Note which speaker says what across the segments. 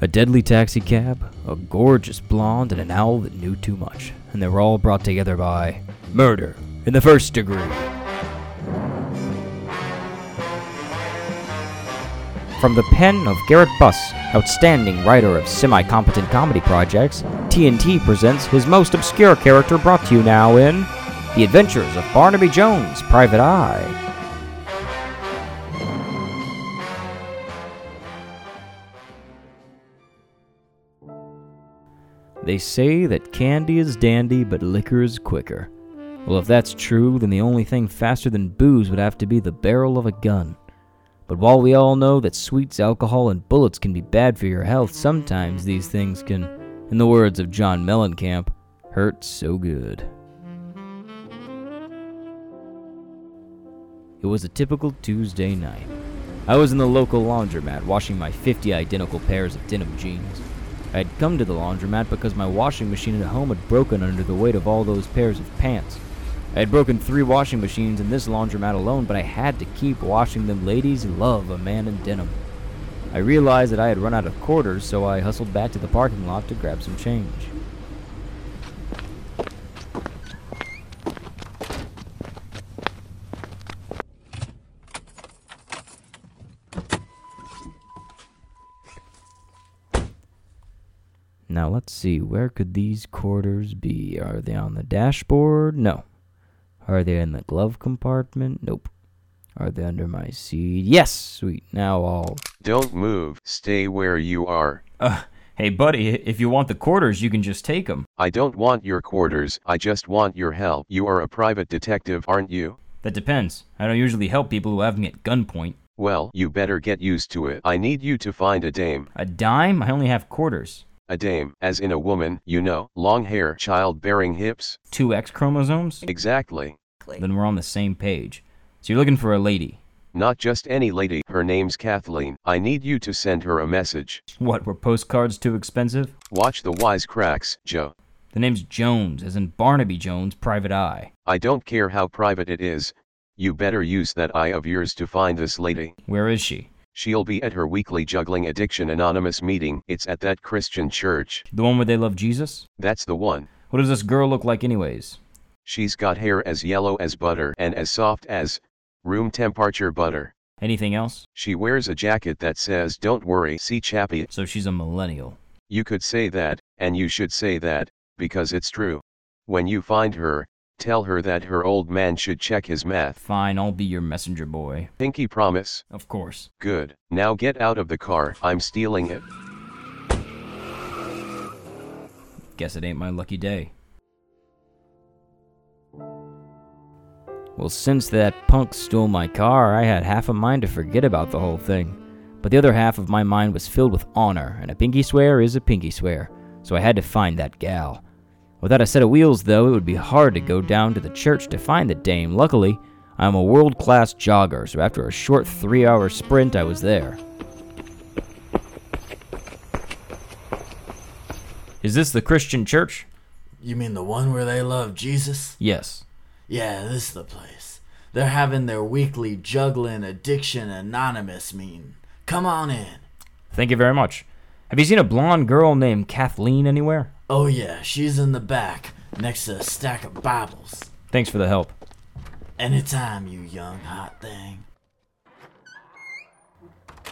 Speaker 1: A deadly taxicab, a gorgeous blonde, and an owl that knew too much. And they were all brought together by murder in the first degree. From the pen of Garrett Buss, outstanding writer of semi competent comedy projects, TNT presents his most obscure character brought to you now in The Adventures of Barnaby Jones, Private Eye. They say that candy is dandy, but liquor is quicker. Well, if that's true, then the only thing faster than booze would have to be the barrel of a gun. But while we all know that sweets, alcohol, and bullets can be bad for your health, sometimes these things can, in the words of John Mellencamp, hurt so good. It was a typical Tuesday night. I was in the local laundromat washing my 50 identical pairs of denim jeans. I had come to the laundromat because my washing machine at home had broken under the weight of all those pairs of pants. I had broken three washing machines in this laundromat alone, but I had to keep washing them. Ladies love a man in denim. I realized that I had run out of quarters, so I hustled back to the parking lot to grab some change. Now let's see, where could these quarters be? Are they on the dashboard? No. Are they in the glove compartment? Nope. Are they under my seat? Yes, sweet. Now I'll.
Speaker 2: Don't move, stay where you are.
Speaker 1: Uh, hey, buddy, if you want the quarters, you can just take 'em.
Speaker 2: I don't want your quarters, I just want your help. You are a private detective, aren't you?
Speaker 1: That depends. I don't usually help people who have me at gunpoint.
Speaker 2: Well, you better get used to it. I need you to find a dame.
Speaker 1: A dime? I only have quarters.
Speaker 2: A dame, as in a woman, you know, long hair, childbearing hips.
Speaker 1: Two X chromosomes?
Speaker 2: Exactly.
Speaker 1: Then we're on the same page. So you're looking for a lady.
Speaker 2: Not just any lady, her name's Kathleen. I need you to send her a message.
Speaker 1: What, were postcards too expensive?
Speaker 2: Watch the wise cracks, Joe.
Speaker 1: The name's Jones, as in Barnaby Jones, private eye.
Speaker 2: I don't care how private it is. You better use that eye of yours to find this lady.
Speaker 1: Where is she?
Speaker 2: She'll be at her weekly Juggling Addiction Anonymous meeting. It's at that Christian church.
Speaker 1: The one where they love Jesus?
Speaker 2: That's the one.
Speaker 1: What does this girl look like, anyways?
Speaker 2: She's got hair as yellow as butter and as soft as room temperature butter.
Speaker 1: Anything else?
Speaker 2: She wears a jacket that says, Don't worry, see Chappie.
Speaker 1: So she's a millennial.
Speaker 2: You could say that, and you should say that, because it's true. When you find her, tell her that her old man should check his math.
Speaker 1: Fine, I'll be your messenger boy.
Speaker 2: Pinky promise.
Speaker 1: Of course.
Speaker 2: Good. Now get out of the car, I'm stealing it.
Speaker 1: Guess it ain't my lucky day. Well, since that punk stole my car, I had half a mind to forget about the whole thing. But the other half of my mind was filled with honor, and a pinky swear is a pinky swear, so I had to find that gal. Without a set of wheels, though, it would be hard to go down to the church to find the dame. Luckily, I'm a world class jogger, so after a short three hour sprint, I was there. Is this the Christian church?
Speaker 3: You mean the one where they love Jesus?
Speaker 1: Yes.
Speaker 3: Yeah, this is the place. They're having their weekly Juggling Addiction Anonymous meeting. Come on in.
Speaker 1: Thank you very much. Have you seen a blonde girl named Kathleen anywhere?
Speaker 3: Oh, yeah, she's in the back next to a stack of Bibles.
Speaker 1: Thanks for the help.
Speaker 3: Anytime, you young hot thing.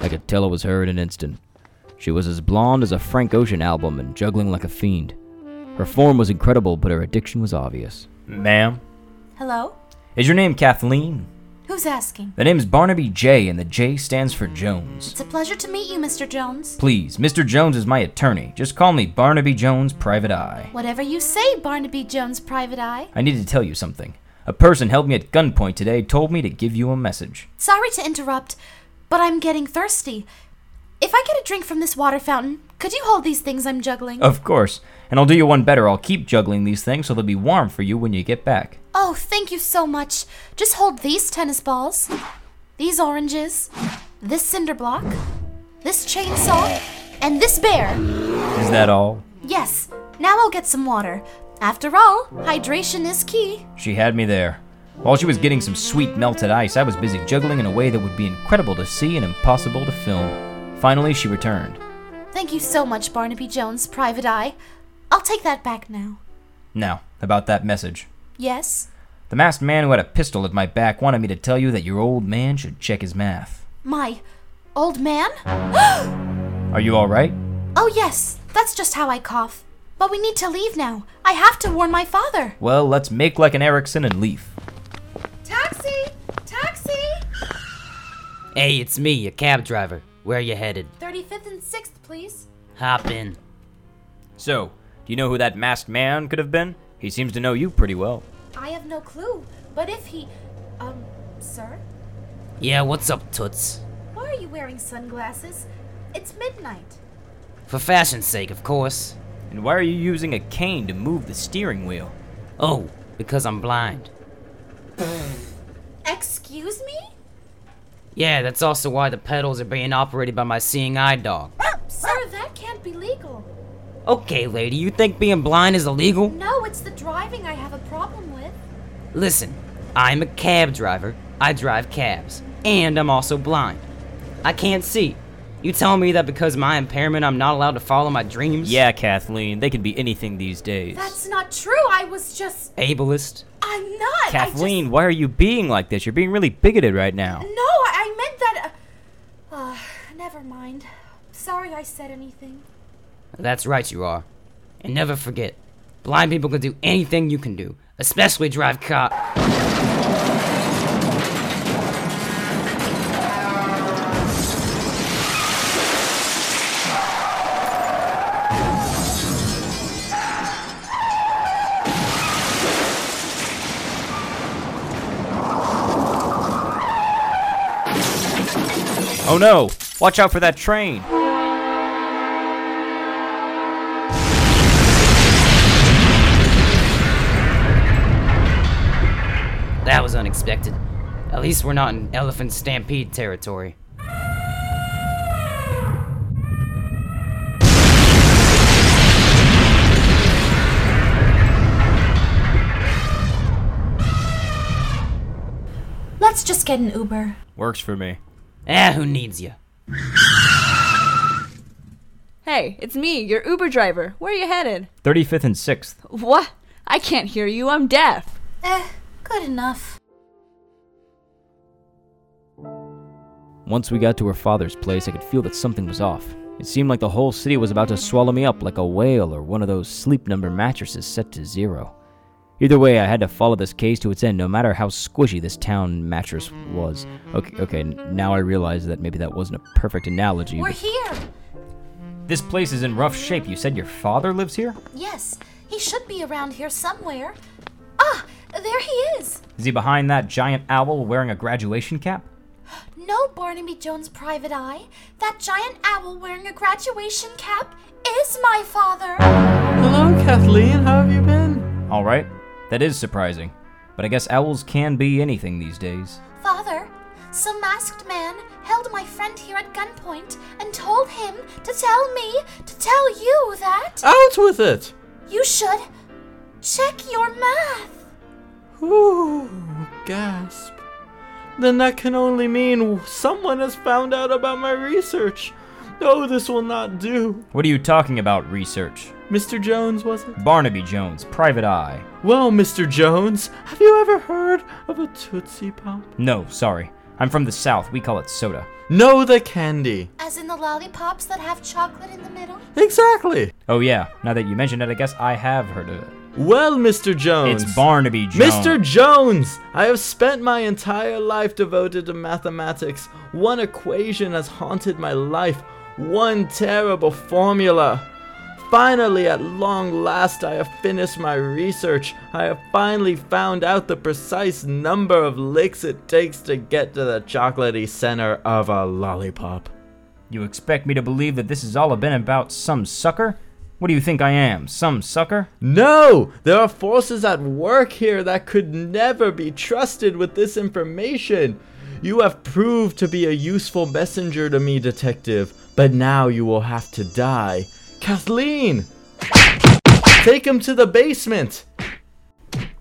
Speaker 1: I could tell it was her in an instant. She was as blonde as a Frank Ocean album and juggling like a fiend. Her form was incredible, but her addiction was obvious. Ma'am?
Speaker 4: Hello?
Speaker 1: Is your name Kathleen?
Speaker 4: Who's asking?
Speaker 1: The name's Barnaby J, and the J stands for Jones.
Speaker 4: It's a pleasure to meet you, Mr. Jones.
Speaker 1: Please, Mr. Jones is my attorney. Just call me Barnaby Jones, Private Eye.
Speaker 4: Whatever you say, Barnaby Jones, Private Eye.
Speaker 1: I need to tell you something. A person held me at gunpoint today, told me to give you a message.
Speaker 4: Sorry to interrupt, but I'm getting thirsty. If I get a drink from this water fountain, could you hold these things I'm juggling?
Speaker 1: Of course. And I'll do you one better. I'll keep juggling these things so they'll be warm for you when you get back.
Speaker 4: oh, thank you so much. Just hold these tennis balls, these oranges, this cinder block, this chainsaw, and this bear.
Speaker 1: Is that all?
Speaker 4: Yes, now I'll get some water. After all, hydration is key.
Speaker 1: She had me there. While she was getting some sweet melted ice, I was busy juggling in a way that would be incredible to see and impossible to film. Finally, she returned.
Speaker 4: Thank you so much, Barnaby Jones, Private Eye. I'll take that back now.
Speaker 1: Now, about that message.
Speaker 4: Yes?
Speaker 1: The masked man who had a pistol at my back wanted me to tell you that your old man should check his math.
Speaker 4: My old man?
Speaker 1: Are you alright?
Speaker 4: Oh, yes, that's just how I cough. But we need to leave now. I have to warn my father.
Speaker 1: Well, let's make like an Erickson and leave.
Speaker 4: Taxi! Taxi!
Speaker 5: Hey, it's me, your cab driver. Where you headed?
Speaker 4: 35th and 6th, please.
Speaker 5: Hop in.
Speaker 1: So, do you know who that masked man could have been? He seems to know you pretty well.
Speaker 4: I have no clue, but if he. Um, sir?
Speaker 5: Yeah, what's up, Toots?
Speaker 4: Why are you wearing sunglasses? It's midnight.
Speaker 5: For fashion's sake, of course.
Speaker 1: And why are you using a cane to move the steering wheel?
Speaker 5: Oh, because I'm blind.
Speaker 4: Excuse me?
Speaker 5: Yeah, that's also why the pedals are being operated by my seeing eye dog.
Speaker 4: Sir, that can't be legal.
Speaker 5: Okay, lady, you think being blind is illegal?
Speaker 4: No, it's the driving I have a problem with.
Speaker 5: Listen, I'm a cab driver. I drive cabs. And I'm also blind. I can't see. You telling me that because of my impairment I'm not allowed to follow my dreams?
Speaker 1: Yeah, Kathleen, they can be anything these days.
Speaker 4: That's not true. I was just.
Speaker 5: Ableist?
Speaker 4: I'm not.
Speaker 1: Kathleen, why are you being like this? You're being really bigoted right now.
Speaker 4: I just, no, I meant that. Uh, uh, never mind. Sorry I said anything.
Speaker 5: That's right, you are. And never forget, blind people can do anything you can do, especially drive car.
Speaker 1: Oh no! Watch out for that train!
Speaker 5: That was unexpected. At least we're not in elephant stampede territory.
Speaker 4: Let's just get an Uber.
Speaker 1: Works for me.
Speaker 5: Eh, who needs you?
Speaker 6: Hey, it's me, your Uber driver. Where you headed?
Speaker 1: 35th and 6th.
Speaker 6: What? I can't hear you. I'm deaf.
Speaker 4: Eh, good enough.
Speaker 1: Once we got to her father's place, I could feel that something was off. It seemed like the whole city was about to swallow me up like a whale or one of those sleep number mattresses set to zero. Either way, I had to follow this case to its end, no matter how squishy this town mattress was. Okay, okay, now I realize that maybe that wasn't a perfect analogy.
Speaker 4: We're
Speaker 1: but-
Speaker 4: here.
Speaker 1: This place is in rough shape. You said your father lives here?
Speaker 4: Yes, he should be around here somewhere. Ah, there he is.
Speaker 1: Is he behind that giant owl wearing a graduation cap?
Speaker 4: No Barnaby Jones private eye. That giant owl wearing a graduation cap is my father.
Speaker 3: Hello, Kathleen. How have you been?
Speaker 1: All right. That is surprising. But I guess owls can be anything these days.
Speaker 4: Father, some masked man held my friend here at gunpoint and told him to tell me to tell you that
Speaker 3: Out with it.
Speaker 4: you should check your math.
Speaker 3: Ooh, gasp. Then that can only mean someone has found out about my research. No, this will not do.
Speaker 1: What are you talking about, research?
Speaker 3: Mr. Jones, was it?
Speaker 1: Barnaby Jones, private eye.
Speaker 3: Well, Mr. Jones, have you ever heard of a Tootsie Pop?
Speaker 1: No, sorry. I'm from the South. We call it soda.
Speaker 3: No, the candy.
Speaker 4: As in the lollipops that have chocolate in the middle?
Speaker 3: Exactly.
Speaker 1: Oh, yeah. Now that you mention it, I guess I have heard of it.
Speaker 3: Well, Mr. Jones.
Speaker 1: It's Barnaby Jones.
Speaker 3: Mr. Jones, I have spent my entire life devoted to mathematics. One equation has haunted my life, one terrible formula. Finally, at long last, I have finished my research. I have finally found out the precise number of licks it takes to get to the chocolatey center of a lollipop.
Speaker 1: You expect me to believe that this has all been about some sucker? What do you think I am, some sucker?
Speaker 3: No! There are forces at work here that could never be trusted with this information! You have proved to be a useful messenger to me, detective, but now you will have to die. Kathleen! Take him to the basement!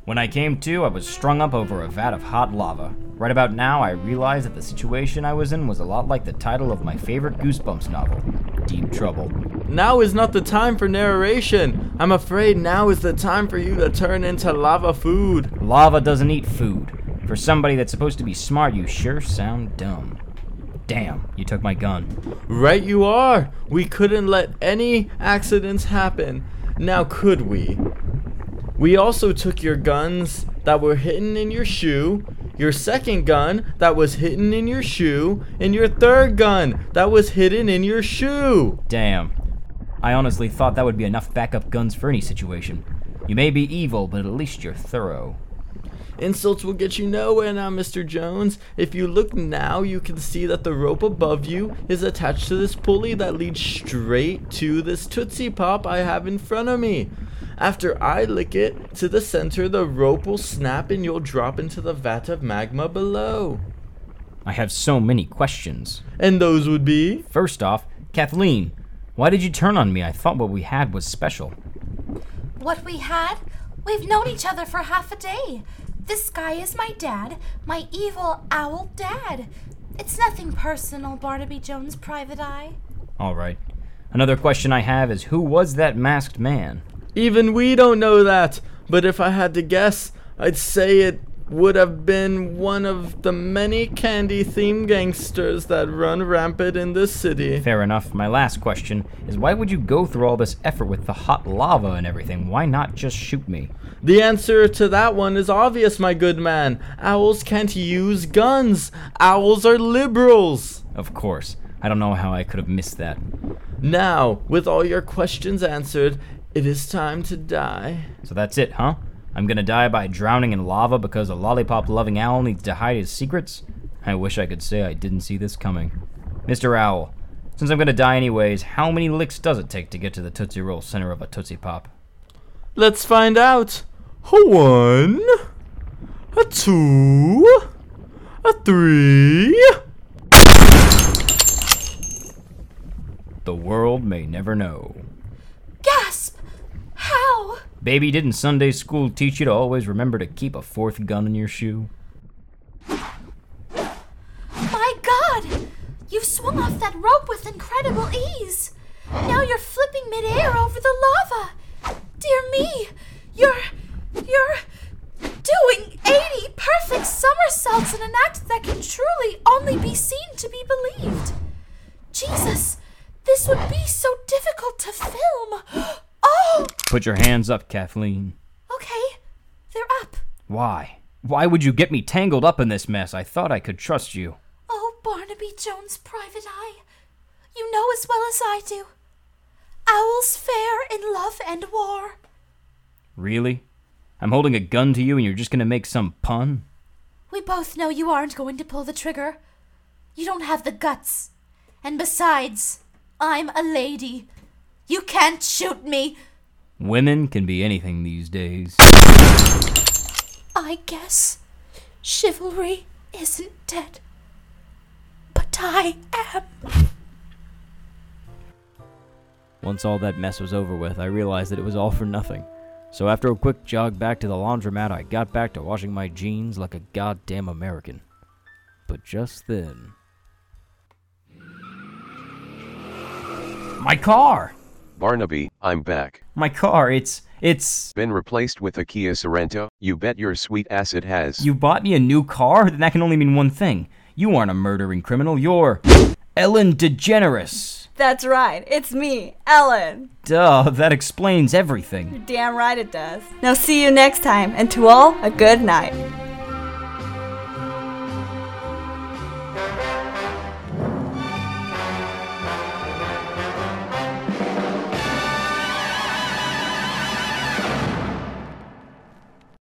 Speaker 1: When I came to, I was strung up over a vat of hot lava. Right about now, I realized that the situation I was in was a lot like the title of my favorite Goosebumps novel. deep trouble.
Speaker 3: Now is not the time for narration. I'm afraid now is the time for you to turn into lava food.
Speaker 1: Lava doesn't eat food. For somebody that's supposed to be smart, you sure sound dumb. Damn, you took my gun.
Speaker 3: Right, you are. We couldn't let any accidents happen. Now, could we? We also took your guns that were hidden in your shoe, your second gun that was hidden in your shoe, and your third gun that was hidden in your shoe.
Speaker 1: Damn. I honestly thought that would be enough backup guns for any situation. You may be evil, but at least you're thorough.
Speaker 3: Insults will get you nowhere now, Mr. Jones. If you look now, you can see that the rope above you is attached to this pulley that leads straight to this Tootsie Pop I have in front of me. After I lick it to the center, the rope will snap and you'll drop into the vat of magma below.
Speaker 1: I have so many questions.
Speaker 3: And those would be?
Speaker 1: First off, Kathleen, why did you turn on me? I thought what we had was special.
Speaker 4: What we had? We've known each other for half a day. This guy is my dad, my evil owl dad. It's nothing personal, Barnaby Jones, private eye.
Speaker 1: Alright. Another question I have is who was that masked man?
Speaker 3: Even we don't know that. But if I had to guess, I'd say it would have been one of the many candy themed gangsters that run rampant in this city.
Speaker 1: Fair enough. My last question is why would you go through all this effort with the hot lava and everything? Why not just shoot me?
Speaker 3: The answer to that one is obvious, my good man. Owls can't use guns. Owls are liberals.
Speaker 1: Of course. I don't know how I could have missed that.
Speaker 3: Now, with all your questions answered, it is time to die.
Speaker 1: So that's it, huh? I'm gonna die by drowning in lava because a lollipop loving owl needs to hide his secrets? I wish I could say I didn't see this coming. Mr. Owl, since I'm gonna die anyways, how many licks does it take to get to the Tootsie Roll center of a Tootsie Pop?
Speaker 3: Let's find out. A one, a two, a three.
Speaker 1: The world may never know.
Speaker 4: Gasp! How?
Speaker 1: Baby, didn't Sunday school teach you to always remember to keep a fourth gun in your shoe?
Speaker 4: My god! You swung off that rope with incredible ease! Now you're flipping midair over the lava! Dear me! You're. you're. doing 80 perfect somersaults in an act that can truly only be seen to be believed! Jesus! This would be so difficult to film! Oh!
Speaker 1: Put your hands up, Kathleen.
Speaker 4: Okay, they're up.
Speaker 1: Why? Why would you get me tangled up in this mess? I thought I could trust you.
Speaker 4: Oh, Barnaby Jones, private eye. You know as well as I do. Owls fair in love and war.
Speaker 1: Really? I'm holding a gun to you and you're just gonna make some pun?
Speaker 4: We both know you aren't going to pull the trigger. You don't have the guts. And besides, I'm a lady. You can't shoot me.
Speaker 1: Women can be anything these days.
Speaker 4: I guess chivalry isn't dead. But I am.
Speaker 1: Once all that mess was over with, I realized that it was all for nothing. So after a quick jog back to the laundromat, I got back to washing my jeans like a goddamn American. But just then. My car!
Speaker 2: Barnaby, I'm back.
Speaker 1: My car, it's. It's.
Speaker 2: Been replaced with a Kia Sorento, you bet your sweet ass it has.
Speaker 1: You bought me a new car? Then that can only mean one thing. You aren't a murdering criminal, you're. Ellen DeGeneres!
Speaker 6: That's right. It's me, Ellen.
Speaker 1: Duh, that explains everything.
Speaker 6: Damn right it does. Now see you next time, and to all, a good night.